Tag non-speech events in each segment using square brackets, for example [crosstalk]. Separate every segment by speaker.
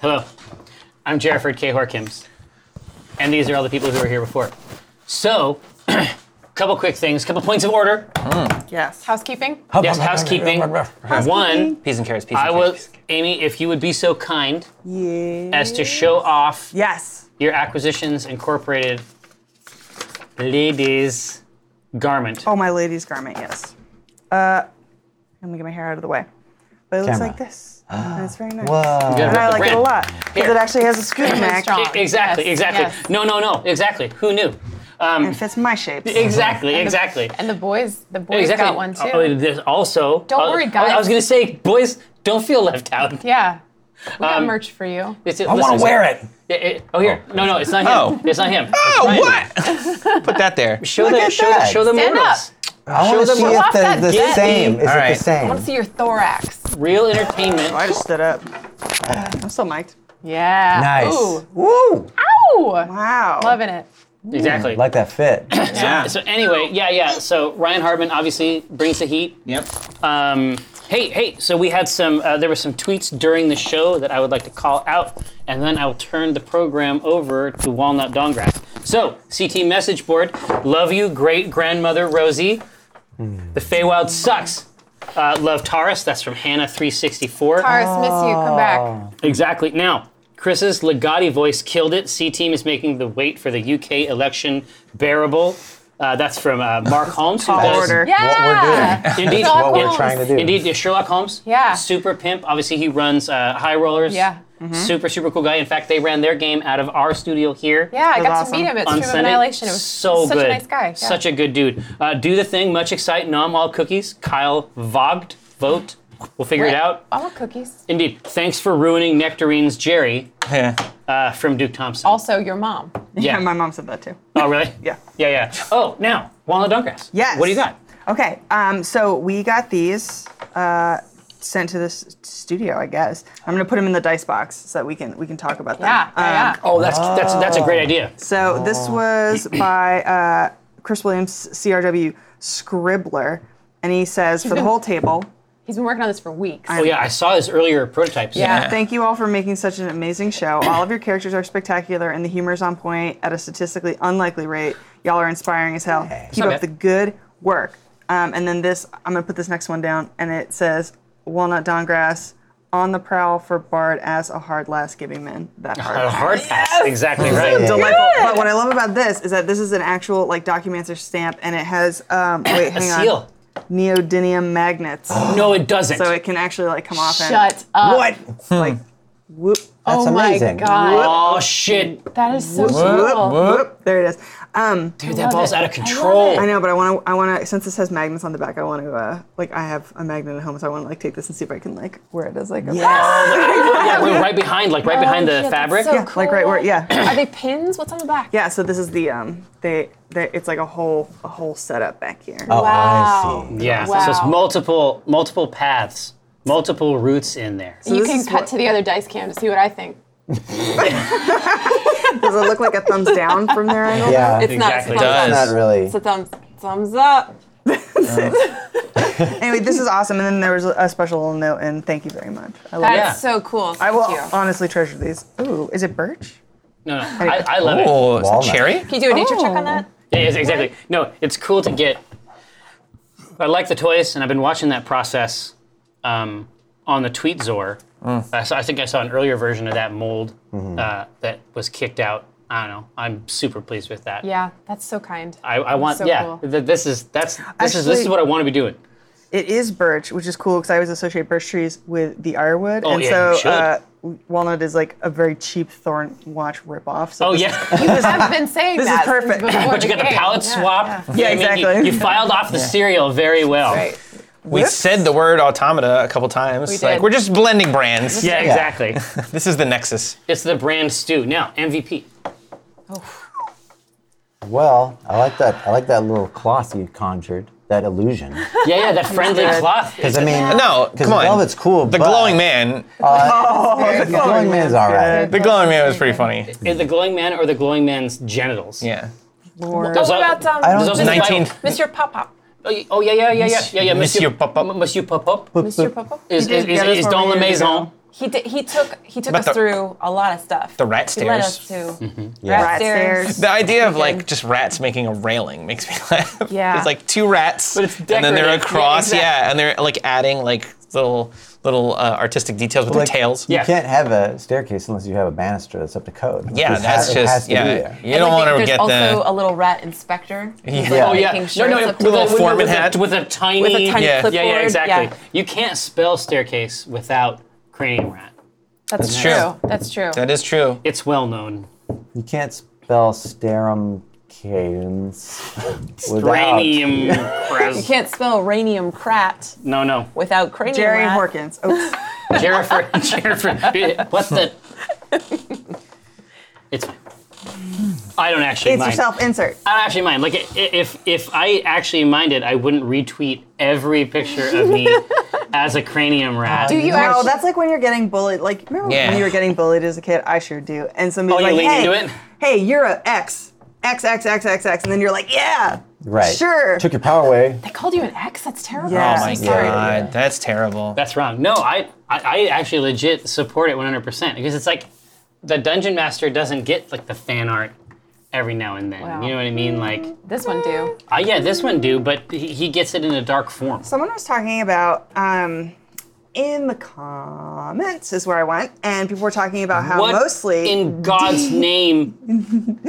Speaker 1: Hello, I'm Jerriford K. Horkims, and these are all the people who were here before. So, [clears throat] couple quick things, couple points of order.
Speaker 2: Yes.
Speaker 3: Housekeeping?
Speaker 4: Oh,
Speaker 1: Yes, housekeeping. One,
Speaker 5: Peas and carrots. Peas
Speaker 1: I
Speaker 5: and
Speaker 1: was
Speaker 5: carrots.
Speaker 1: Amy. If you would be so kind
Speaker 2: Yeah.
Speaker 1: as to show off
Speaker 2: Yes.
Speaker 1: your acquisitions incorporated ladies garment.
Speaker 2: Oh, my lady's garment. Yes. Uh, I'm gonna get my hair out of the way, but it looks
Speaker 5: Camera.
Speaker 2: like this. and it's very nice.
Speaker 5: Whoa.
Speaker 1: Good.
Speaker 2: And I like it a
Speaker 1: Brand.
Speaker 2: lot because it actually has a scoop neck
Speaker 3: strong.
Speaker 1: E- Exactly,
Speaker 3: Yes,
Speaker 1: exactly.
Speaker 3: yes.
Speaker 1: No, no, no, exactly.
Speaker 3: [laughs]
Speaker 1: Who knew?
Speaker 2: and it fits my shape.
Speaker 1: Exactly, exactly.
Speaker 3: And the boys, the boys
Speaker 1: exactly.
Speaker 3: got one too.
Speaker 1: Oh, there's also.
Speaker 3: Don't
Speaker 1: oh,
Speaker 3: worry,
Speaker 1: oh, I was
Speaker 3: guys.
Speaker 1: gonna say, boys, don't feel left out.
Speaker 3: yeah. We got
Speaker 1: Um,
Speaker 3: merch for you.
Speaker 1: It's,
Speaker 5: I want to wear it.
Speaker 1: oh, here. No, no, it's not him.
Speaker 5: Oh.
Speaker 1: It's not
Speaker 5: [laughs]
Speaker 1: him.
Speaker 5: Oh, what? Put that there.
Speaker 1: Show
Speaker 5: Look
Speaker 1: the
Speaker 5: at
Speaker 1: show,
Speaker 5: that.
Speaker 1: show the
Speaker 3: Stand
Speaker 1: modals.
Speaker 4: I
Speaker 1: Show
Speaker 4: want to
Speaker 1: them
Speaker 4: see
Speaker 1: off
Speaker 4: if
Speaker 3: that
Speaker 4: they're the
Speaker 3: jet.
Speaker 4: same. Is
Speaker 5: Alright.
Speaker 4: it the
Speaker 3: Let's
Speaker 4: same?
Speaker 3: see your thorax.
Speaker 1: Real entertainment.
Speaker 2: I just stood up. I'm still mic'd.
Speaker 3: Yeah.
Speaker 4: Nice.
Speaker 3: Ooh.
Speaker 4: Woo!
Speaker 3: Ow!
Speaker 2: Wow.
Speaker 3: Loving it.
Speaker 1: Exactly.
Speaker 4: Like that fit.
Speaker 1: yeah. So anyway, yeah, yeah. So Ryan Hardman obviously brings the heat.
Speaker 5: Yep.
Speaker 1: Um, hey, hey. So we had some. Uh, there were some tweets during the show that I would like to call out, and then I'll turn the program over to Walnut Dongrass. So CT message board. Love you, great grandmother Rosie.
Speaker 5: Hmm.
Speaker 1: The Feywild sucks. Uh, love Taurus. That's from Hannah three sixty four.
Speaker 3: Taurus, miss you. Come back.
Speaker 4: Oh.
Speaker 1: Exactly. Now, Chris's Legati voice killed it. C Team is making the wait for the UK election bearable. Uh, that's from uh, Mark Holmes. who
Speaker 2: Tall
Speaker 1: does-
Speaker 2: order.
Speaker 3: Yeah.
Speaker 4: What
Speaker 1: Indeed,
Speaker 3: Sherlock
Speaker 4: What we're
Speaker 3: Holmes.
Speaker 4: trying to do.
Speaker 1: Indeed, yeah, Sherlock Holmes.
Speaker 3: Yeah.
Speaker 1: Super pimp. Obviously, he runs uh, High Rollers.
Speaker 3: Yeah. Mm-hmm.
Speaker 1: Super, super cool guy. In fact, they ran their game out of our studio here.
Speaker 3: Yeah, I
Speaker 2: That's
Speaker 3: got
Speaker 2: awesome.
Speaker 3: to meet him at
Speaker 1: On
Speaker 3: Stream of
Speaker 1: Sunday.
Speaker 3: Annihilation. It was
Speaker 1: so
Speaker 3: such
Speaker 1: good.
Speaker 3: a nice guy. Yeah.
Speaker 1: Such a good dude. Uh, do the thing. Much excite. Nom all cookies. Kyle Vogt. Vote. We'll figure it out.
Speaker 3: I want cookies.
Speaker 1: Indeed. Thanks for ruining Nectarines, Jerry,
Speaker 5: Yeah.
Speaker 1: uh, from Duke Thompson.
Speaker 3: Also, your mom.
Speaker 1: yeah.
Speaker 2: Yeah, my mom said that too.
Speaker 1: Oh, really?
Speaker 2: [laughs] Yeah.
Speaker 1: Yeah, yeah. Oh, now, Walnut Dunkgrass.
Speaker 2: Yes.
Speaker 1: What do you got?
Speaker 2: Okay, um, so we got these uh, sent to this studio, I guess. I'm gonna put them in the dice box so that we can we can talk about them. Um,
Speaker 3: Yeah, yeah, yeah.
Speaker 1: Oh, that's that's that's a great idea.
Speaker 2: So this was by uh, Chris Williams, CRW Scribbler, and he says for the whole table.
Speaker 3: He's been working on this for weeks.
Speaker 1: Oh yeah, I saw his earlier prototypes.
Speaker 3: Yeah.
Speaker 2: Thank you all for making such an amazing show. All of your characters are spectacular, and the humor is on point at a statistically unlikely rate. Y'all are inspiring as hell. Keep
Speaker 1: not bad.
Speaker 2: up the good work. Um, and then this, I'm gonna put this next one down, and it says Walnut Dongrass on the prowl for Bard as a hard last giving man. That
Speaker 1: A
Speaker 2: hard.
Speaker 1: hard pass. Exactly right.
Speaker 2: Delightful. But what I love about this is that this is an actual like documenter stamp, and it has um, wait,
Speaker 1: A
Speaker 2: hang on,
Speaker 1: seal.
Speaker 2: neodymium magnets,
Speaker 1: No, it doesn't.
Speaker 2: so it can actually like come off and
Speaker 3: Shut up.
Speaker 4: What?
Speaker 2: like whoop.
Speaker 4: That's
Speaker 3: oh
Speaker 4: amazing.
Speaker 3: my God.
Speaker 1: oh shit,
Speaker 3: That is so
Speaker 4: Whoop,
Speaker 3: cool.
Speaker 4: whoop.
Speaker 2: There it is. Um,
Speaker 1: dude, that ball's
Speaker 3: it.
Speaker 1: out
Speaker 3: I
Speaker 1: of
Speaker 3: love
Speaker 1: control.
Speaker 3: it.
Speaker 2: I know, but I want to. I want to. Since this has magnets on the back, I want to. Uh, like, I have a magnet at home, so I want to like take this and see if I can like wear it as like a.
Speaker 4: Yes.
Speaker 1: Yeah, we're right behind, like right behind
Speaker 3: Oh,
Speaker 1: the
Speaker 3: shit, that's
Speaker 1: fabric.
Speaker 3: so
Speaker 2: Yeah, like right where- yeah. [clears throat]
Speaker 3: Are they pins? What's on the back?
Speaker 2: Yeah. So this is the um. They. They. It's like a whole a whole setup back here.
Speaker 4: Oh,
Speaker 3: Wow.
Speaker 4: I see.
Speaker 1: Yeah,
Speaker 3: Wow.
Speaker 1: So it's multiple multiple paths, multiple routes in there.
Speaker 3: you
Speaker 2: this
Speaker 3: can
Speaker 2: is
Speaker 3: cut
Speaker 2: what-
Speaker 3: to the other dice cam to see what I think.
Speaker 2: Does it look like a thumbs down from there? I don't know.
Speaker 4: Yeah.
Speaker 6: It's
Speaker 4: It's
Speaker 6: not. It's
Speaker 1: Exactly.
Speaker 6: a thumbs
Speaker 5: Does.
Speaker 6: up.
Speaker 4: not really.
Speaker 6: It's a thumbs, thumbs up.
Speaker 2: Anyway, this is awesome. And then there was a special little note and thank you very much. I love.
Speaker 6: That's
Speaker 2: it.
Speaker 1: Yeah.
Speaker 6: so cool.
Speaker 2: I
Speaker 6: Thank
Speaker 2: will uh,
Speaker 6: you.
Speaker 2: honestly treasure these. Ooh, is it birch?
Speaker 1: No, no, I, I love it.
Speaker 5: Oh, is that
Speaker 4: Walnut.
Speaker 5: cherry?
Speaker 6: Can you do a nature check
Speaker 2: oh.
Speaker 6: on that?
Speaker 1: Yeah, yes, exactly. No, it's cool to get. I like the toys, and I've been watching that process um, on the Tweetzor. Uh, so I think I saw an earlier version of that mold uh, that was kicked out. I don't know. I'm super pleased with that.
Speaker 3: Yeah, that's so kind.
Speaker 1: I, I want.
Speaker 3: So
Speaker 1: yeah.
Speaker 3: cool.
Speaker 1: th- this is that's this is this is
Speaker 2: Actually-
Speaker 1: what I want to be doing.
Speaker 2: It is birch, which is cool because I always associate birch trees with the ironwood,
Speaker 1: Oh,
Speaker 2: and
Speaker 1: yeah, you
Speaker 2: so
Speaker 1: should.
Speaker 2: uh, walnut is like a very cheap thorn watch ripoff. So
Speaker 1: Oh
Speaker 2: this-
Speaker 1: yeah. [laughs]
Speaker 3: You have been saying
Speaker 2: This is
Speaker 3: that.
Speaker 2: perfect.
Speaker 1: but you got the palette swap.
Speaker 2: Yeah,
Speaker 1: I mean, you-
Speaker 2: exactly.
Speaker 1: You, filed off the cereal very well.
Speaker 3: Right.
Speaker 5: We
Speaker 2: Whoops.
Speaker 5: said the word automata a couple times.
Speaker 3: We
Speaker 5: Like
Speaker 3: did.
Speaker 5: we're just blending brands.
Speaker 1: Yeah, exactly.
Speaker 5: [laughs] This is the nexus.
Speaker 1: it's the brand stew. Now MVP.
Speaker 4: Well, I like that. I like that little cloth you conjured. That illusion.
Speaker 1: Yeah, yeah. That friendly cloth.
Speaker 4: Because I mean,
Speaker 5: [laughs] No,
Speaker 4: because
Speaker 5: come on.
Speaker 4: velvet's cool.
Speaker 5: The
Speaker 4: but- Oh.
Speaker 5: glowing man.
Speaker 4: The glowing man's all right.
Speaker 5: The glowing man was pretty funny.
Speaker 1: Is the glowing man or the glowing man's genitals?
Speaker 5: Yeah.
Speaker 2: Lord.
Speaker 1: There's
Speaker 3: What
Speaker 1: al-
Speaker 3: about um,
Speaker 4: I don't
Speaker 1: there's also
Speaker 4: think-
Speaker 1: the Bible-
Speaker 5: 19th.
Speaker 3: Mr. Pop Pop?
Speaker 1: Oh, y- Oh yeah, yeah, yeah, yeah, yeah, yeah.
Speaker 5: Monsieur Pop-Pop.
Speaker 1: M- Monsieur Pop Pop
Speaker 3: Mr. Pop Pop?
Speaker 1: is
Speaker 2: did
Speaker 1: is, is,
Speaker 2: get us
Speaker 1: is
Speaker 2: where we
Speaker 1: dans la
Speaker 2: needed to
Speaker 1: maison.
Speaker 2: go.
Speaker 6: He did, he took he took
Speaker 5: But
Speaker 6: us
Speaker 5: the-
Speaker 6: through a lot of stuff. The
Speaker 5: rat
Speaker 6: He led
Speaker 5: stairs.
Speaker 6: us to
Speaker 4: Mm-hmm. Yeah.
Speaker 6: rat
Speaker 2: Rat
Speaker 6: stairs.
Speaker 2: stairs.
Speaker 5: The idea of like
Speaker 6: Freaking-
Speaker 5: just rats making a railing makes me [laughs] laugh.
Speaker 3: Yeah.
Speaker 5: It's like two rats,
Speaker 1: But it's
Speaker 5: and then they're
Speaker 1: decorative. Yeah,
Speaker 5: across. Yeah,
Speaker 1: exactly.
Speaker 5: and they're like adding like little little uh, artistic details with
Speaker 4: Like,
Speaker 5: the tails.
Speaker 4: You
Speaker 1: Yeah.
Speaker 4: can't have a staircase unless you have a banister that's up to code. It
Speaker 5: Yeah,
Speaker 4: just
Speaker 5: that's
Speaker 4: has- it has
Speaker 5: just
Speaker 4: to be
Speaker 5: yeah.
Speaker 4: there.
Speaker 5: You don't
Speaker 6: I think
Speaker 5: want to
Speaker 6: there's
Speaker 5: get
Speaker 6: also
Speaker 5: the
Speaker 6: a little rat inspector. He's,
Speaker 4: Yeah.
Speaker 6: like,
Speaker 1: Oh yeah,
Speaker 6: making sure
Speaker 1: no,
Speaker 6: it's
Speaker 1: no,
Speaker 6: up to
Speaker 1: with a,
Speaker 6: the-
Speaker 1: with, a,
Speaker 5: foreman
Speaker 1: with,
Speaker 5: hat.
Speaker 1: a, with a tiny,
Speaker 6: tiny
Speaker 1: yeah, yeah,
Speaker 6: clipboard,
Speaker 1: exactly.
Speaker 6: yeah.
Speaker 1: You can't spell staircase without crane rat.
Speaker 3: That's
Speaker 5: true.
Speaker 3: true. That's true.
Speaker 5: that is true.
Speaker 1: It's well known.
Speaker 4: You can't spell starum cadence without.
Speaker 1: Cranium
Speaker 6: You
Speaker 1: pres.
Speaker 6: can't spell ranium crat
Speaker 1: No, no.
Speaker 6: without cranium
Speaker 2: Jerry
Speaker 6: rat.
Speaker 2: Horkins. Oh, Oops.
Speaker 1: Jennifer, Jennifer, what's the? It's. I don't actually
Speaker 2: it's
Speaker 1: mind.
Speaker 2: yourself. Insert.
Speaker 1: I don't actually mind. Like i- if if I actually minded, I wouldn't retweet every picture
Speaker 3: [laughs]
Speaker 1: of me as a cranium rat.
Speaker 3: Do you
Speaker 2: No,
Speaker 3: actually?
Speaker 2: that's like when you're getting bullied. Like, remember
Speaker 5: Yeah.
Speaker 2: when you were getting bullied as a kid? I sure do. And
Speaker 1: Oh,
Speaker 2: somebody's
Speaker 1: you
Speaker 2: like,
Speaker 1: lean
Speaker 2: hey,
Speaker 1: into it?
Speaker 2: hey, you're a X. X, X, X, X, X. And then you're like, yeah.
Speaker 4: Right.
Speaker 2: Sure.
Speaker 4: Took your power away.
Speaker 3: They called you an X. That's terrible.
Speaker 2: Yeah.
Speaker 5: Oh my
Speaker 4: Yeah, yeah.
Speaker 5: god, that's terrible.
Speaker 1: That's wrong. No, I, I I actually legit support it 100% because it's like the dungeon master doesn't get like the fan art every now and then.
Speaker 3: Wow.
Speaker 1: You know what I mean? Like,
Speaker 3: This one do.
Speaker 1: uh, yeah, this one do, but he, he gets it in a dark form.
Speaker 2: Someone was talking about um, in the comments is where I went, and people were talking about
Speaker 3: uh,
Speaker 2: how
Speaker 1: What
Speaker 2: mostly
Speaker 1: in God's name?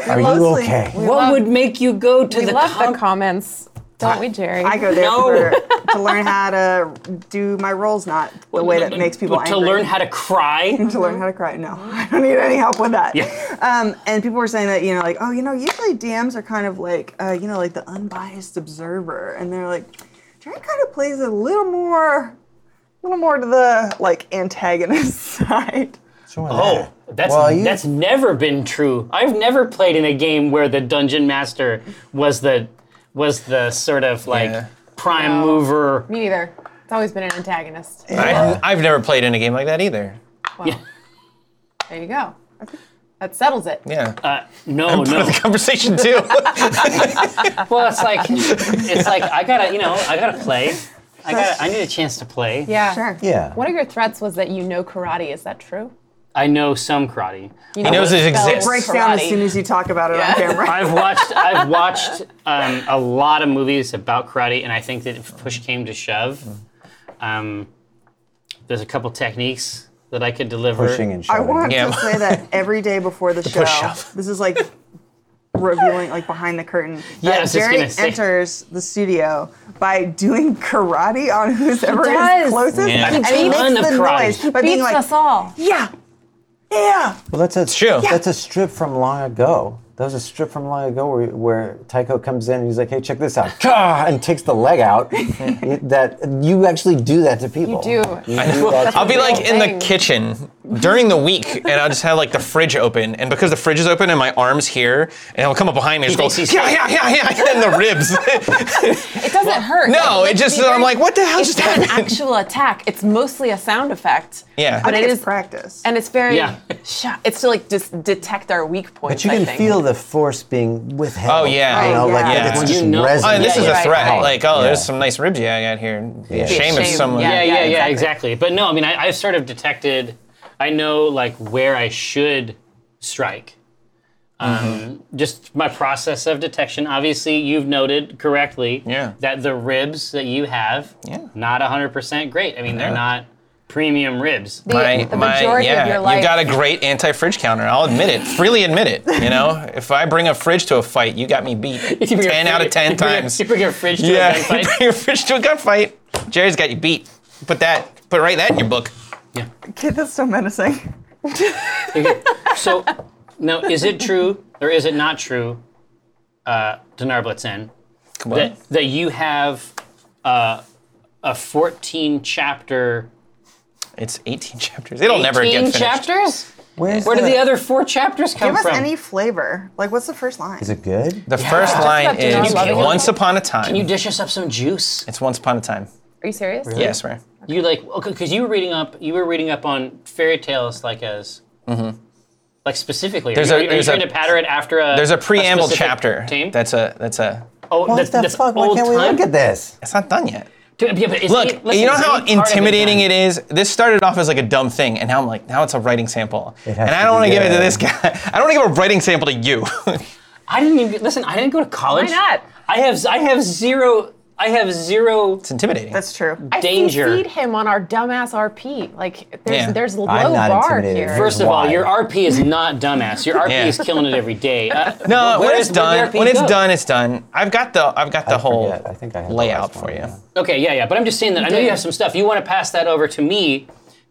Speaker 4: Are you
Speaker 2: Mostly-
Speaker 4: okay?
Speaker 1: What would make you go to
Speaker 3: We
Speaker 1: the
Speaker 3: love
Speaker 1: com-
Speaker 3: the comments, don't we, Jerry?
Speaker 2: I go there
Speaker 1: No. [laughs]
Speaker 2: for, to learn how to do my roles, not the way that makes people
Speaker 1: to
Speaker 2: angry.
Speaker 1: learn how to
Speaker 3: Mm-hmm.
Speaker 1: cry?
Speaker 2: [laughs] to learn how to cry. No, I don't need any help with that.
Speaker 1: Yeah.
Speaker 2: Um, and people were saying that, you know, like, oh, you know, usually DMs are kind of like, uh, you know, like the unbiased observer. And they're like, Jerry kind of plays a little more, a little more to the like antagonist [laughs] side.
Speaker 1: Oh, that's
Speaker 4: Well, you-
Speaker 1: that's never been true. I've never played in a game where the dungeon master was the was the sort of like
Speaker 5: Yeah.
Speaker 1: prime mover.
Speaker 3: Me neither. It's always been an antagonist.
Speaker 5: I, I've never played in a game like that either.
Speaker 3: There you go. That settles it.
Speaker 5: Yeah,
Speaker 1: Uh,
Speaker 5: [laughs]
Speaker 1: No, no.
Speaker 5: the conversation
Speaker 1: [laughs]
Speaker 5: too.
Speaker 1: Well, it's like it's like I gotta you know I gotta play. I gotta I need a chance to play.
Speaker 3: Yeah.
Speaker 2: Sure.
Speaker 4: Yeah.
Speaker 3: One of your threats was that you know karate. Is that true?
Speaker 1: I know some karate.
Speaker 5: he knows it
Speaker 3: Spell
Speaker 5: exists.
Speaker 2: Breaks down as
Speaker 3: Karate.
Speaker 2: soon as you talk about it on camera.
Speaker 1: I've watched I've watched um, a lot of movies about karate, and I think that if push came to shove, um, there's a couple techniques that I could deliver.
Speaker 4: Pushing and
Speaker 2: I
Speaker 4: shoving.
Speaker 2: want
Speaker 5: Yeah.
Speaker 2: to say that every day
Speaker 1: [laughs]
Speaker 2: before the, show,
Speaker 5: push-up.
Speaker 2: this is like revealing, like behind the curtain.
Speaker 1: [laughs] Yeah, I
Speaker 2: that
Speaker 1: was just
Speaker 2: Jerry
Speaker 1: gonna say.
Speaker 2: enters the studio by doing karate on who's ever
Speaker 3: does.
Speaker 2: his closest,
Speaker 5: Yeah.
Speaker 2: and
Speaker 1: A
Speaker 2: he
Speaker 1: ton
Speaker 2: makes
Speaker 1: of
Speaker 2: the
Speaker 1: karate.
Speaker 2: noise by being
Speaker 6: Beats
Speaker 2: like,
Speaker 6: us all.
Speaker 2: "Yeah, yeah."
Speaker 4: Well, that's a
Speaker 5: true. Yeah.
Speaker 4: That's a strip from long ago. That was a strip from long ago where, where Tycho comes in and he's like, "Hey, check
Speaker 5: [laughs]
Speaker 4: this out," Gah! [laughs] and takes the leg out. that you actually do that to people.
Speaker 3: do.
Speaker 4: You do that to
Speaker 5: I'll be
Speaker 4: people.
Speaker 5: like in the
Speaker 3: thing.
Speaker 5: kitchen during the week, and I'll just have like the fridge open, and because the fridge is open, and my arms here, and he'll come up behind me and just go,
Speaker 1: thinks he's-
Speaker 5: yeah, yeah, yeah, yeah, and
Speaker 1: [laughs]
Speaker 5: the ribs. [laughs] Oh,
Speaker 6: It doesn't hurt.
Speaker 5: no,
Speaker 6: Like,
Speaker 5: it just
Speaker 6: let's be
Speaker 5: I'm like,
Speaker 6: very-
Speaker 5: what the hell
Speaker 6: It's
Speaker 5: just
Speaker 6: not an
Speaker 5: happened?
Speaker 6: actual attack. It's mostly a sound effect.
Speaker 5: Yeah.
Speaker 6: But
Speaker 2: I
Speaker 6: it
Speaker 2: think it's
Speaker 6: is
Speaker 2: practice.
Speaker 6: and it's very
Speaker 1: Yeah.
Speaker 6: sh- it's to like just detect our weak points.
Speaker 4: But you
Speaker 6: I
Speaker 4: can
Speaker 6: think.
Speaker 4: feel the force being withheld.
Speaker 5: Oh, yeah.
Speaker 4: You know,
Speaker 2: Right,
Speaker 4: like
Speaker 2: yeah.
Speaker 4: that
Speaker 5: Yeah.
Speaker 4: it's just
Speaker 1: You know-
Speaker 4: resonating.
Speaker 5: Oh, and this
Speaker 1: Yeah,
Speaker 5: is
Speaker 1: yeah,
Speaker 5: a
Speaker 1: right,
Speaker 5: threat.
Speaker 4: right.
Speaker 5: Like, oh,
Speaker 4: Yeah.
Speaker 5: there's some nice ribs yeah, I got here.
Speaker 4: Yeah.
Speaker 5: Shame, if
Speaker 6: Shame,
Speaker 5: someone.
Speaker 1: yeah,
Speaker 6: yeah.
Speaker 1: yeah, yeah, exactly.
Speaker 6: exactly.
Speaker 1: But no, I mean I, I've sort of detected. I know like where I should strike. Um,
Speaker 5: Mm-hmm.
Speaker 1: Just my process of detection. Obviously, you've noted correctly
Speaker 5: Yeah.
Speaker 1: that the ribs that you have,
Speaker 5: Yeah.
Speaker 1: not 100% great. I mean, they're
Speaker 5: No.
Speaker 1: not premium ribs.
Speaker 5: My,
Speaker 3: the
Speaker 5: my,
Speaker 3: majority of
Speaker 5: yeah,
Speaker 3: your
Speaker 5: you
Speaker 3: life-
Speaker 5: got a great anti-fridge counter. I'll admit it, freely admit it.
Speaker 1: [laughs]
Speaker 5: You know, if I bring a fridge to a fight, you got me beat
Speaker 1: If [laughs] you bring a
Speaker 5: ten out of
Speaker 1: fridge-
Speaker 5: ten
Speaker 1: if you bring a-
Speaker 5: times.
Speaker 1: if you bring a fridge to
Speaker 5: yeah,
Speaker 1: a gunfight.
Speaker 5: [laughs] you bring a fridge to a gunfight. Jerry's got you beat. Put that, put write that in your book.
Speaker 2: Kid, that's so menacing.
Speaker 1: Okay, so, now, is it true or is it not true, uh, Dinar Blitzen,
Speaker 5: Come on.
Speaker 1: that, that you have uh, a 14 chapter.
Speaker 5: It's 18 [laughs] chapters. It'll never get
Speaker 1: 18
Speaker 5: finished.
Speaker 1: chapters?
Speaker 4: Where's
Speaker 1: Where do the other four chapters come
Speaker 2: Give us
Speaker 1: from?
Speaker 2: any flavor. Like, what's the first line?
Speaker 4: Is it good?
Speaker 5: The first line
Speaker 3: about Dinar
Speaker 5: is
Speaker 3: loving
Speaker 5: "Once
Speaker 3: it.
Speaker 5: upon a time."
Speaker 1: Can you dish us up some juice?
Speaker 5: it's once upon a time.
Speaker 6: Are you serious?
Speaker 5: Yeah, I swear.
Speaker 1: You like because you were reading up. You were reading up on fairy tales, like as like specifically. Are
Speaker 5: Mm-hmm. There's
Speaker 1: you,
Speaker 5: a-
Speaker 1: are you
Speaker 5: there's
Speaker 1: trying
Speaker 5: a-
Speaker 1: to pattern it after a.
Speaker 5: There's a preamble
Speaker 1: specific
Speaker 5: chapter.
Speaker 1: Team?
Speaker 5: That's a that's a.
Speaker 1: oh,
Speaker 4: What
Speaker 1: that's,
Speaker 4: the
Speaker 1: that's
Speaker 4: fuck? Why
Speaker 1: old
Speaker 4: can't we
Speaker 1: time?
Speaker 5: [laughs]
Speaker 4: look at this?
Speaker 5: It's not done yet.
Speaker 1: Dude, yeah, but is
Speaker 5: Look,
Speaker 1: any- listen,
Speaker 5: you know
Speaker 1: is
Speaker 5: how
Speaker 1: any part of
Speaker 5: intimidating
Speaker 1: done?
Speaker 5: it is? This started off as like a dumb thing, and now I'm like, now it's a writing sample.
Speaker 4: It
Speaker 5: And
Speaker 4: has
Speaker 5: I
Speaker 4: to
Speaker 5: don't
Speaker 4: be,
Speaker 5: want to give it to
Speaker 4: yeah.
Speaker 5: this guy. [laughs] I don't want to give a writing sample to you. [laughs]
Speaker 1: I didn't even listen. I didn't go to college.
Speaker 6: Why not?
Speaker 1: I have I have zero. I have zero
Speaker 5: it's intimidating.
Speaker 2: That's true.
Speaker 6: I
Speaker 1: Danger.
Speaker 6: CC'd him on our dumbass RP. Like there's
Speaker 5: Yeah.
Speaker 6: there's low
Speaker 4: I'm not
Speaker 6: bar
Speaker 4: intimidated.
Speaker 6: here.
Speaker 4: First-
Speaker 1: First of all,
Speaker 4: Why?
Speaker 1: your RP is not dumbass. Your RP
Speaker 5: Yeah.
Speaker 1: is killing it every day. Uh,
Speaker 5: no,
Speaker 1: where
Speaker 5: when
Speaker 1: does-
Speaker 5: it's
Speaker 1: where do
Speaker 5: done,
Speaker 1: RP
Speaker 5: when it's
Speaker 1: go?
Speaker 5: done, it's done. I've got the I've got the
Speaker 4: I
Speaker 5: whole
Speaker 4: forget. I think I had the
Speaker 5: layout
Speaker 4: last
Speaker 5: for
Speaker 4: one,
Speaker 5: you.
Speaker 4: yeah.
Speaker 1: Okay, yeah, yeah. But I'm just saying that I know you
Speaker 6: did.
Speaker 1: have some stuff. You want to pass that over to me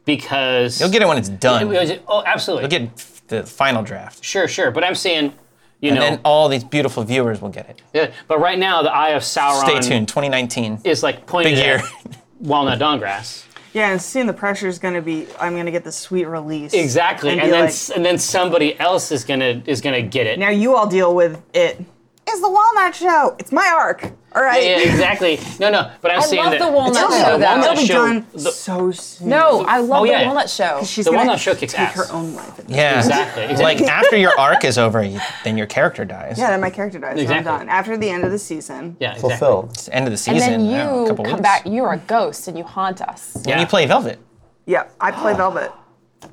Speaker 1: because
Speaker 5: You'll get it when it's done. You'll
Speaker 1: Oh, absolutely.
Speaker 5: get f- the final draft,
Speaker 1: sure, sure. But I'm saying, you
Speaker 5: and
Speaker 1: know,
Speaker 5: then all these beautiful viewers will get it.
Speaker 1: yeah, but right now the eye of Sauron
Speaker 5: Stay tuned. 2019,
Speaker 1: is like pointed
Speaker 5: big year.
Speaker 1: at walnut dongrass.
Speaker 2: Yeah, and soon the pressure is going to be, I'm going to get this sweet release.
Speaker 1: Exactly. And,
Speaker 2: be
Speaker 1: then
Speaker 2: like,
Speaker 1: s and then somebody else is gonna is gonna get it.
Speaker 2: now you all deal with it. It's the Walnut Show. It's my arc. All
Speaker 1: Yeah,
Speaker 2: right.
Speaker 1: yeah, exactly. No, no. But I'm
Speaker 6: I
Speaker 1: saying
Speaker 6: love
Speaker 1: that
Speaker 6: the walnut
Speaker 2: It'll be,
Speaker 6: show,
Speaker 1: the
Speaker 6: though.
Speaker 1: walnut
Speaker 2: it'll be
Speaker 1: show-
Speaker 2: done
Speaker 1: the-
Speaker 2: so soon.
Speaker 6: no, I love
Speaker 1: Oh, yeah.
Speaker 6: the walnut show.
Speaker 2: She's
Speaker 1: the
Speaker 2: gonna
Speaker 1: Walnut Show kicks
Speaker 2: take
Speaker 1: ass.
Speaker 2: her own life. at this
Speaker 5: Yeah,
Speaker 1: Exactly,
Speaker 5: [laughs] Like
Speaker 1: exactly.
Speaker 5: after your arc is over, you, then your character dies.
Speaker 2: Yeah, then my character dies. and I'm
Speaker 1: Exactly.
Speaker 2: done. After the end of the season.
Speaker 1: yeah, exactly.
Speaker 4: Fulfilled.
Speaker 5: It's the end of the
Speaker 6: and
Speaker 5: season.
Speaker 6: then
Speaker 5: I don't know, a
Speaker 6: you
Speaker 5: couple
Speaker 6: come
Speaker 5: weeks.
Speaker 6: back. You're a ghost and you haunt us.
Speaker 5: And
Speaker 1: Yeah.
Speaker 5: you play Velvet.
Speaker 2: Yeah, I play Velvet.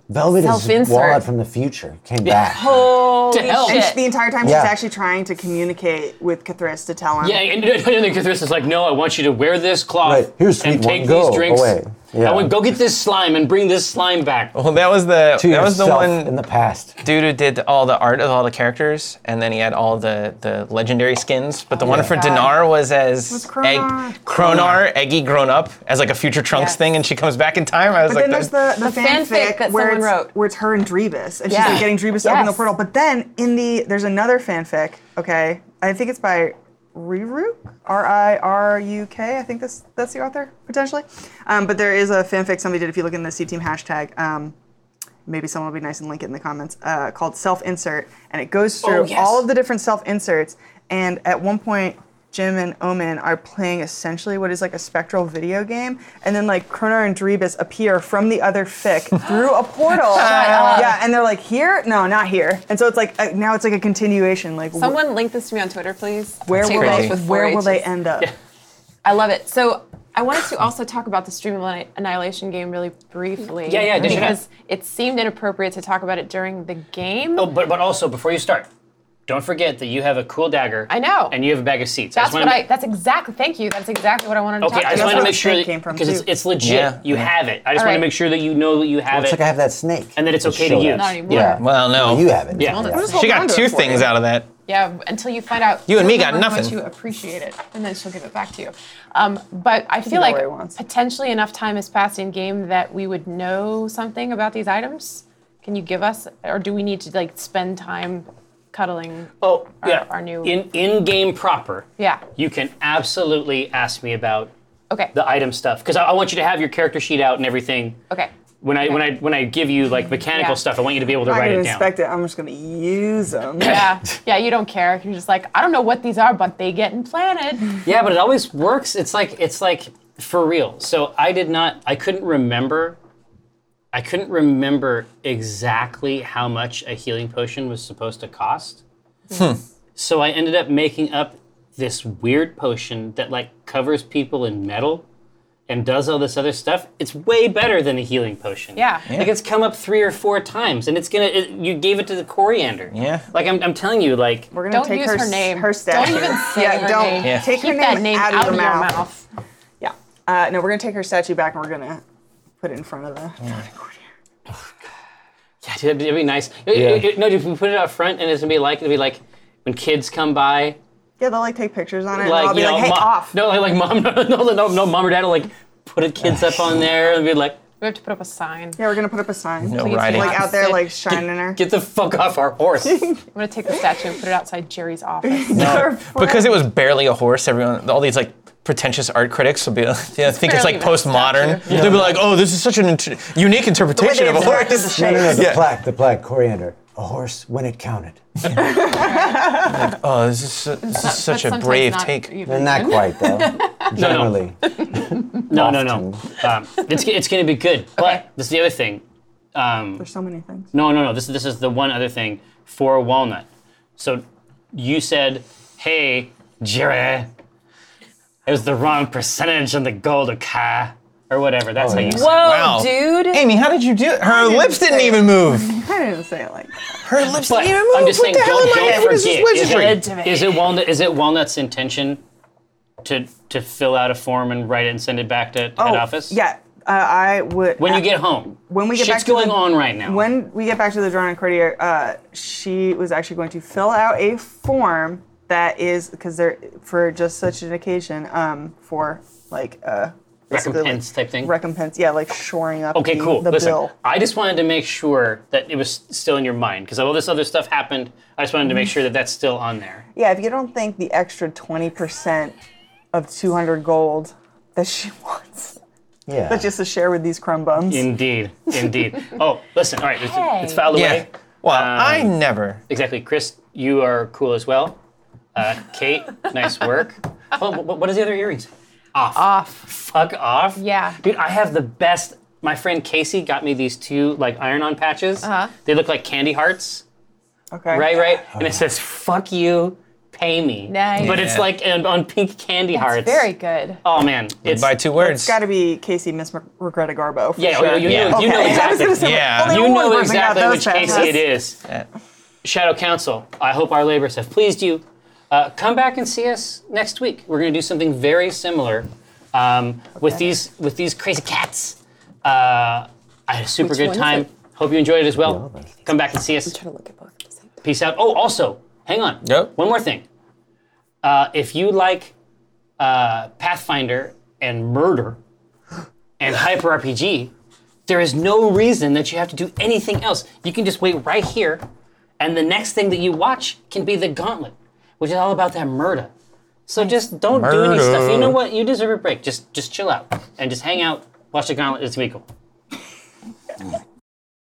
Speaker 4: Velvet is
Speaker 6: Self-insert.
Speaker 4: Walnut from the future. Came back.
Speaker 6: Holy
Speaker 1: To hell.
Speaker 6: shit.
Speaker 1: It's
Speaker 2: The entire time
Speaker 4: Yeah.
Speaker 2: she's actually trying to communicate with Cathris to tell him.
Speaker 1: Yeah, and, [laughs] and then Cthulhu is like, no, I want you to wear this cloth
Speaker 4: Right, here's
Speaker 1: and
Speaker 4: sweet
Speaker 1: take
Speaker 4: one.
Speaker 1: these
Speaker 4: Go
Speaker 1: drinks.
Speaker 4: away.
Speaker 1: I
Speaker 4: Yeah. Uh-huh.
Speaker 1: want go get this slime and bring this slime back.
Speaker 5: Well, that was the
Speaker 4: to
Speaker 5: that was the
Speaker 4: yourself
Speaker 5: one
Speaker 4: in the past.
Speaker 5: dude who did all the art of all the characters, and then he had all the the legendary skins. But the one for Dinar was as
Speaker 2: Was Kronar.
Speaker 5: Egg, Kronar, Eggy grown up as like a future Trunks
Speaker 6: Yes.
Speaker 5: thing, and she comes back in time. I was
Speaker 2: But
Speaker 5: like,
Speaker 2: then there's
Speaker 5: that-
Speaker 2: the, the, fanfic,
Speaker 6: fanfic that
Speaker 2: where, it's,
Speaker 6: someone wrote.
Speaker 2: where it's her and Drebus, and she's
Speaker 6: Yeah.
Speaker 2: like getting Drebus to open the
Speaker 6: Yes.
Speaker 2: portal. But then in the there's another fanfic. Okay, I think it's by Riruk, R I R U K. I think this that's the author potentially. Um, but there is a fanfic somebody did. If you look in the C Team hashtag. Um, Maybe someone will be nice and link it in the comments. Uh, called self insert, and it goes through
Speaker 1: Oh, yes.
Speaker 2: all of the different self inserts. And at one point, Jim and Omen are playing essentially what is like a spectral video game, and then like Kronar and Drebus appear from the other
Speaker 6: [laughs]
Speaker 2: fic through a portal. Yeah, and they're like here, no, not here. And so it's like uh, now it's like a continuation. Like wh-
Speaker 6: Someone link this to me on Twitter, please.
Speaker 2: where
Speaker 6: Take
Speaker 2: will
Speaker 6: off
Speaker 2: they,
Speaker 5: crazy.
Speaker 6: with
Speaker 2: where will they
Speaker 6: 4-H's.
Speaker 2: end up?
Speaker 6: I love it. So I wanted to also talk about the Stream of Annihilation game really briefly.
Speaker 1: Yeah, yeah, dish it out.
Speaker 6: Because it seemed inappropriate to talk about it during the game.
Speaker 1: Oh, but but also before you start, don't forget that you have a cool dagger.
Speaker 6: I know.
Speaker 1: And you have a bag of seeds.
Speaker 6: that's what
Speaker 1: wanna
Speaker 6: I. That's exactly. Thank you. That's exactly what I wanted to
Speaker 1: ma- Okay,
Speaker 6: talk
Speaker 1: I just
Speaker 6: about.
Speaker 1: wanted
Speaker 2: where
Speaker 1: to make
Speaker 2: the
Speaker 1: sure
Speaker 2: snake
Speaker 1: that
Speaker 2: came from,
Speaker 1: because it's,
Speaker 2: too.
Speaker 1: it's legit.
Speaker 5: Yeah,
Speaker 1: you
Speaker 5: yeah.
Speaker 1: have it. I just want to
Speaker 6: Alright.
Speaker 1: make sure that you know that you have
Speaker 4: It's
Speaker 1: it.
Speaker 4: like I have that snake.
Speaker 1: And that it's okay to
Speaker 4: show
Speaker 1: use.
Speaker 4: that.
Speaker 6: Not anymore.
Speaker 4: Yeah.
Speaker 5: well, no,
Speaker 4: you have it.
Speaker 1: Yeah.
Speaker 4: yeah.
Speaker 1: Well,
Speaker 5: she got
Speaker 2: Hold on to
Speaker 5: two
Speaker 2: it for
Speaker 5: things
Speaker 2: you.
Speaker 5: out of that.
Speaker 6: Yeah, until you find out.
Speaker 5: You and me
Speaker 6: remember
Speaker 5: got
Speaker 6: how much
Speaker 5: nothing.
Speaker 6: You appreciate it, and then she'll give it back to you. Um, but I feel
Speaker 2: go
Speaker 6: like
Speaker 2: where he wants.
Speaker 6: potentially enough time has passed in game that we would know something about these items. Can you give us, or do we need to like spend time cuddling?
Speaker 1: Oh,
Speaker 6: our-
Speaker 1: yeah.
Speaker 6: our new-
Speaker 1: in in game proper.
Speaker 6: Yeah.
Speaker 1: You can absolutely ask me about
Speaker 6: Okay.
Speaker 1: the item stuff because I, I want you to have your character sheet out and everything.
Speaker 6: okay.
Speaker 1: When I when I when I give you like mechanical
Speaker 6: Yeah.
Speaker 1: stuff, I want you to be able to
Speaker 2: I'm not
Speaker 1: write
Speaker 2: gonna
Speaker 1: it down.
Speaker 2: inspect it. I'm just gonna use them. [laughs]
Speaker 6: Yeah. yeah. You don't care. You're just like, I don't know what these are, but they get implanted.
Speaker 2: Mm-hmm.
Speaker 1: Yeah, but it always works. It's like it's like for real. So I did not. I couldn't remember. I couldn't remember exactly how much a healing potion was supposed to cost. So I ended up making up this weird potion that like covers people in metal and does all this other stuff. It's way better than a healing potion.
Speaker 6: Yeah.
Speaker 1: Like it's come up three or four times and it's gonna it, you gave it to the coriander.
Speaker 5: Yeah.
Speaker 1: Like I'm, I'm telling you like
Speaker 2: We're gonna
Speaker 6: Don't
Speaker 2: take
Speaker 6: use her
Speaker 2: s-
Speaker 6: name.
Speaker 2: Her
Speaker 6: Don't
Speaker 2: statue. [laughs]
Speaker 6: even say
Speaker 2: yeah,
Speaker 6: her
Speaker 2: don't
Speaker 6: name. Yeah.
Speaker 2: take
Speaker 6: Keep
Speaker 2: her
Speaker 6: that name out, of
Speaker 2: the
Speaker 6: your mouth.
Speaker 2: Yeah. Uh, no, we're gonna take her statue back and we're gonna put it in front of the.
Speaker 1: Yeah, dude, that'd be, that'd be nice. It- it- it- no, dude, if we put it out front, and it's gonna be like it'll be like when kids come by,
Speaker 2: Yeah, they'll like take pictures on it. and
Speaker 1: like
Speaker 2: I'll be
Speaker 1: you know,
Speaker 2: like, hey,
Speaker 1: mo-
Speaker 2: off.
Speaker 1: No, like, like mom, [laughs] no, no, no, no, mom or dad will like put a kids up on there and be like,
Speaker 6: We have to put up a sign.
Speaker 2: Yeah, we're gonna put up a sign.
Speaker 5: No
Speaker 6: Please,
Speaker 5: riding.
Speaker 2: Like out there,
Speaker 6: Sit.
Speaker 2: like shining
Speaker 1: [laughs]
Speaker 2: her.
Speaker 1: "Get the fuck off our
Speaker 2: [laughs]
Speaker 1: horse."
Speaker 6: I'm gonna take the statue and put it outside Jerry's office.
Speaker 2: No,
Speaker 5: because it was barely a horse. Everyone, all these like pretentious art critics will be, yeah, think it's
Speaker 6: barely
Speaker 5: like
Speaker 6: even a
Speaker 5: postmodern.
Speaker 6: statue.
Speaker 5: They'll be like, oh, this is such an int- unique interpretation of a
Speaker 2: abstracted the
Speaker 5: horse.
Speaker 4: [laughs] No, no, no,
Speaker 2: shape.
Speaker 4: the
Speaker 5: Yeah.
Speaker 4: plaque, the plaque, coriander. A horse when it counted.
Speaker 5: Oh, this is, su- this is such a
Speaker 6: sometimes
Speaker 5: brave
Speaker 6: not
Speaker 5: take.
Speaker 6: even
Speaker 4: And not
Speaker 6: good.
Speaker 4: quite though. [laughs] Generally,
Speaker 1: no, no, no. [laughs] Um, it's it's gonna be good.
Speaker 6: Okay.
Speaker 1: But this is the other thing. Um,
Speaker 2: There's so many things.
Speaker 1: no, no, no. This this is the one other thing for walnut. So you said, "Hey, Jerry, It was the wrong percentage on the gold, okay? Or whatever. That's how you
Speaker 3: Whoa,
Speaker 1: say
Speaker 5: Wow.
Speaker 3: dude.
Speaker 5: Amy, how did you do it? Her lips didn't even move.
Speaker 2: I didn't say it like that.
Speaker 5: Her lips
Speaker 1: But
Speaker 5: didn't even move.
Speaker 1: I'm just
Speaker 5: what
Speaker 1: saying,
Speaker 5: the hell
Speaker 1: don't,
Speaker 5: am I?
Speaker 1: don't
Speaker 5: What is
Speaker 1: forget.
Speaker 5: this
Speaker 1: Is
Speaker 5: wizardry?
Speaker 1: it, is it Walnut? Is it Walnut's intention to to fill out a form and write it and send it back to head office?
Speaker 2: oh, Yeah, uh, I would.
Speaker 1: When you get home.
Speaker 2: When we get
Speaker 1: Shit's
Speaker 2: back to
Speaker 1: going
Speaker 2: the-
Speaker 1: on right now.
Speaker 2: When we get back to the Drone and Courtier, uh, she was actually going to fill out a form that is because they're for just such an occasion um, for like uh, basically, like,
Speaker 1: Recompense type thing?
Speaker 2: Recompense, yeah, like shoring up.
Speaker 1: Okay,
Speaker 2: the,
Speaker 1: cool.
Speaker 2: The
Speaker 1: Listen,
Speaker 2: bill.
Speaker 1: I just wanted to make sure that it was still in your mind because all this other stuff happened. I just wanted to make sure that that's still on there.
Speaker 2: Mm-hmm. Yeah, if you don't think the extra twenty percent of two hundred gold that she [laughs] wants,
Speaker 4: Yeah.
Speaker 2: that's just to share with these crumb bums. [laughs]
Speaker 1: Indeed, indeed. oh, listen. All right, it's, it's filed away.
Speaker 5: Yeah. Well, I
Speaker 1: Um,
Speaker 5: never.
Speaker 1: Exactly, Chris. You are cool as well. Uh, Kate, nice
Speaker 2: [laughs]
Speaker 1: work. Oh, wh- what is the other earrings? Off.
Speaker 6: Off.
Speaker 1: Fuck off.
Speaker 6: Yeah.
Speaker 1: Dude, I have the best. My friend Casey got me these two like iron-on patches. Uh-huh. They look like candy hearts.
Speaker 2: okay.
Speaker 1: Right, right. And it says "fuck you, pay me."
Speaker 6: Nice.
Speaker 1: But it's
Speaker 5: Yeah.
Speaker 1: like on, on pink candy hearts.
Speaker 6: That's very good.
Speaker 1: Oh man, it's
Speaker 5: By two words.
Speaker 2: It's got to be Casey Miss Mc- Regretta Garbo. For
Speaker 1: yeah.
Speaker 2: sure.
Speaker 1: oh, You, you
Speaker 5: Yeah.
Speaker 1: know, you know
Speaker 2: Okay, [laughs] I was
Speaker 1: exactly.
Speaker 2: gonna say,
Speaker 5: Yeah.
Speaker 2: well, they
Speaker 1: You
Speaker 2: were
Speaker 1: know
Speaker 2: ripping out
Speaker 1: exactly
Speaker 2: those
Speaker 1: which Casey
Speaker 2: fast.
Speaker 1: it is. Shadow Council, I hope our labors have pleased you. Uh, come back and see us next week. We're going to do something very similar um, with these with these crazy cats. Uh, I had a super
Speaker 6: Which
Speaker 1: good
Speaker 6: one is
Speaker 1: time.
Speaker 6: it?
Speaker 1: Hope you enjoyed it as well. Come back and see us.
Speaker 6: trying to look at both at the same time.
Speaker 1: Peace out. Oh, also, hang on.
Speaker 5: Yep.
Speaker 1: One more thing. Uh, if you like uh, Pathfinder and murder and [gasps] hyper RPG, there is no reason that you have to do anything else. You can just wait right here, and the next thing that you watch can be the Gauntlet, which is all about that murder. So just don't do any stuff. You know what? You deserve a break. Just just chill out and just hang out. Watch the Gauntlet. It's gonna be cool.